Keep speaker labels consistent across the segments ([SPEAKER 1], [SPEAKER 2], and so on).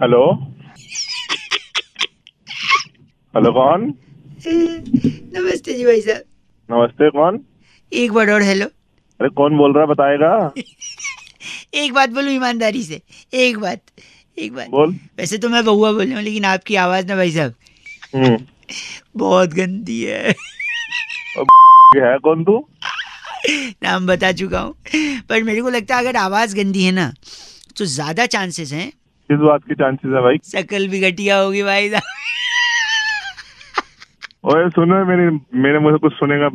[SPEAKER 1] Hello hello कौन
[SPEAKER 2] नमस्ते जी भाई साहब
[SPEAKER 1] नमस्ते कौन
[SPEAKER 2] एक बार और हेलो
[SPEAKER 1] अरे कौन बोल रहा है बताएगा
[SPEAKER 2] एक बात बोलूं ईमानदारी से एक बात एक बात
[SPEAKER 1] बोल
[SPEAKER 2] वैसे तो मैं बहुआ बोल रहा हूँ लेकिन आपकी आवाज़ ना भाई साहब
[SPEAKER 1] हम्म
[SPEAKER 2] बहुत गंदी है
[SPEAKER 1] ये है कौन तू
[SPEAKER 2] नाम बता चुका हूँ पर मेरे को लगता है अगर आवाज़ गंदी है ना तो ज़्यादा चांसेस हैं
[SPEAKER 1] किस बात की चांसेस है भाई
[SPEAKER 2] शक्ल भी घटिया होगी भाई साहब
[SPEAKER 1] ओए सुनो मेरे मेरे मुझे कुछ सुनेगा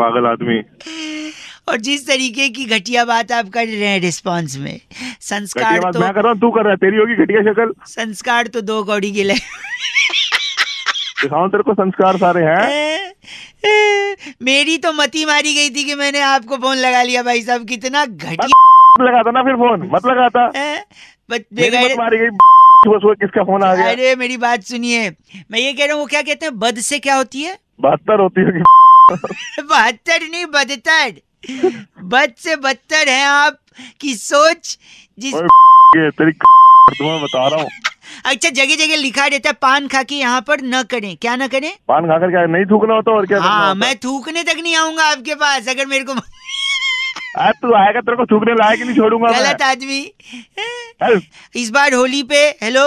[SPEAKER 1] पागल आदमी
[SPEAKER 2] और जिस तरीके की घटिया बात आप कर रहे हैं रिस्पॉन्स में
[SPEAKER 1] घटिया
[SPEAKER 2] संस्कार
[SPEAKER 1] बात
[SPEAKER 2] तो
[SPEAKER 1] मैं कर रहा हूँ तू कर रहा है तेरी होगी घटिया शक्ल
[SPEAKER 2] संस्कार तो दो कौड़ी के लिए
[SPEAKER 1] दिखाऊं तेरे को संस्कार सारे हैं
[SPEAKER 2] ए, ए, मेरी तो मती मारी गई थी कि मैंने आपको फोन लगा लिया भाई साहब कितना घटिया
[SPEAKER 1] लगाता ना फिर फोन मत लगाता
[SPEAKER 2] है। बट
[SPEAKER 1] मेरी मत
[SPEAKER 2] बेगैर-
[SPEAKER 1] मारी गई सुबह सुबह किसका फोन आ गया
[SPEAKER 2] अरे मेरी बात सुनिए मैं ये कह रहा हूँ वो क्या कहते हैं बद से क्या होती है
[SPEAKER 1] बहत्तर होती होगी
[SPEAKER 2] बहत्तर नहीं बदतर बद से बदतर है आप की सोच जिस
[SPEAKER 1] ओए, ये तेरी तुम्हें बता रहा हूँ
[SPEAKER 2] अच्छा जगह जगह लिखा रहता है पान खा के यहाँ पर न करें क्या न करें
[SPEAKER 1] पान खा कर क्या नहीं थूकना होता और क्या करना
[SPEAKER 2] हाँ
[SPEAKER 1] होता?
[SPEAKER 2] मैं थूकने तक नहीं आऊंगा आपके पास अगर मेरे को
[SPEAKER 1] आज तू आएगा तेरे को थूकने लायक नहीं छोड़ूंगा मैं
[SPEAKER 2] गलत आदमी हाँ?
[SPEAKER 1] चल,
[SPEAKER 2] इस बार होली पे हेलो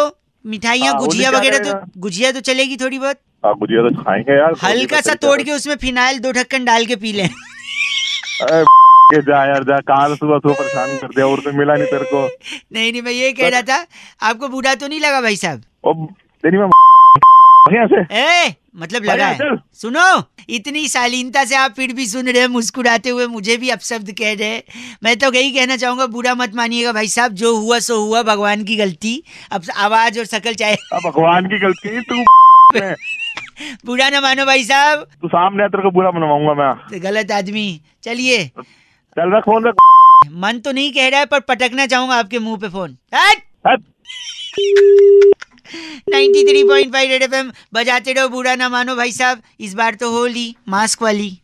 [SPEAKER 2] मिठाइयाँ
[SPEAKER 1] हाँ, होली
[SPEAKER 2] गुजिया
[SPEAKER 1] पे आ
[SPEAKER 2] वगैरह
[SPEAKER 1] जाएगा।
[SPEAKER 2] तो गुजिया तो चलेगी थोड़ी बहुत
[SPEAKER 1] आप गुजिया तो खाएंगे यार
[SPEAKER 2] हल्का सा तोड़ के उसमें फिनाइल दो ढक्कन डाल के पी लें
[SPEAKER 1] अरे, के जा यार जा कहा सुबह सुबह परेशान कर दिया और तो मिला नहीं तेरे को
[SPEAKER 2] नहीं नहीं मैं ये कह रहा था आपको बुरा तो नहीं लगा भाई साहब
[SPEAKER 1] अब तेरी मैं यहाँ से
[SPEAKER 2] ए मतलब लगा
[SPEAKER 1] भाई,
[SPEAKER 2] है
[SPEAKER 1] अंकल।
[SPEAKER 2] सुनो इतनी शालीनता से आप फिर भी सुन रहे हैं मुस्कुराते हुए मुझे भी अपशब्द कह रहे हैं। मैं तो यही कहना चाहूंगा बुरा मत मानिएगा भाई साहब जो हुआ सो हुआ भगवान की गलती अब आवाज और शकल चाहे
[SPEAKER 1] अब भगवान की गलती तू है।
[SPEAKER 2] बुरा ना मानो भाई साहब
[SPEAKER 1] तू सामने है, तेरे को बुरा मनवाऊंगा मैं
[SPEAKER 2] गलत आदमी चलिए
[SPEAKER 1] चल रख फोन रख
[SPEAKER 2] मन तो नहीं कह रहा है पर पटकना चाहूंगा आपके मुंह पे फोन
[SPEAKER 1] हट।
[SPEAKER 2] नाइन्टी थ्री पॉइंट फाइव बजाते रहो बुरा ना मानो भाई साहब इस बार तो होली मास्क वाली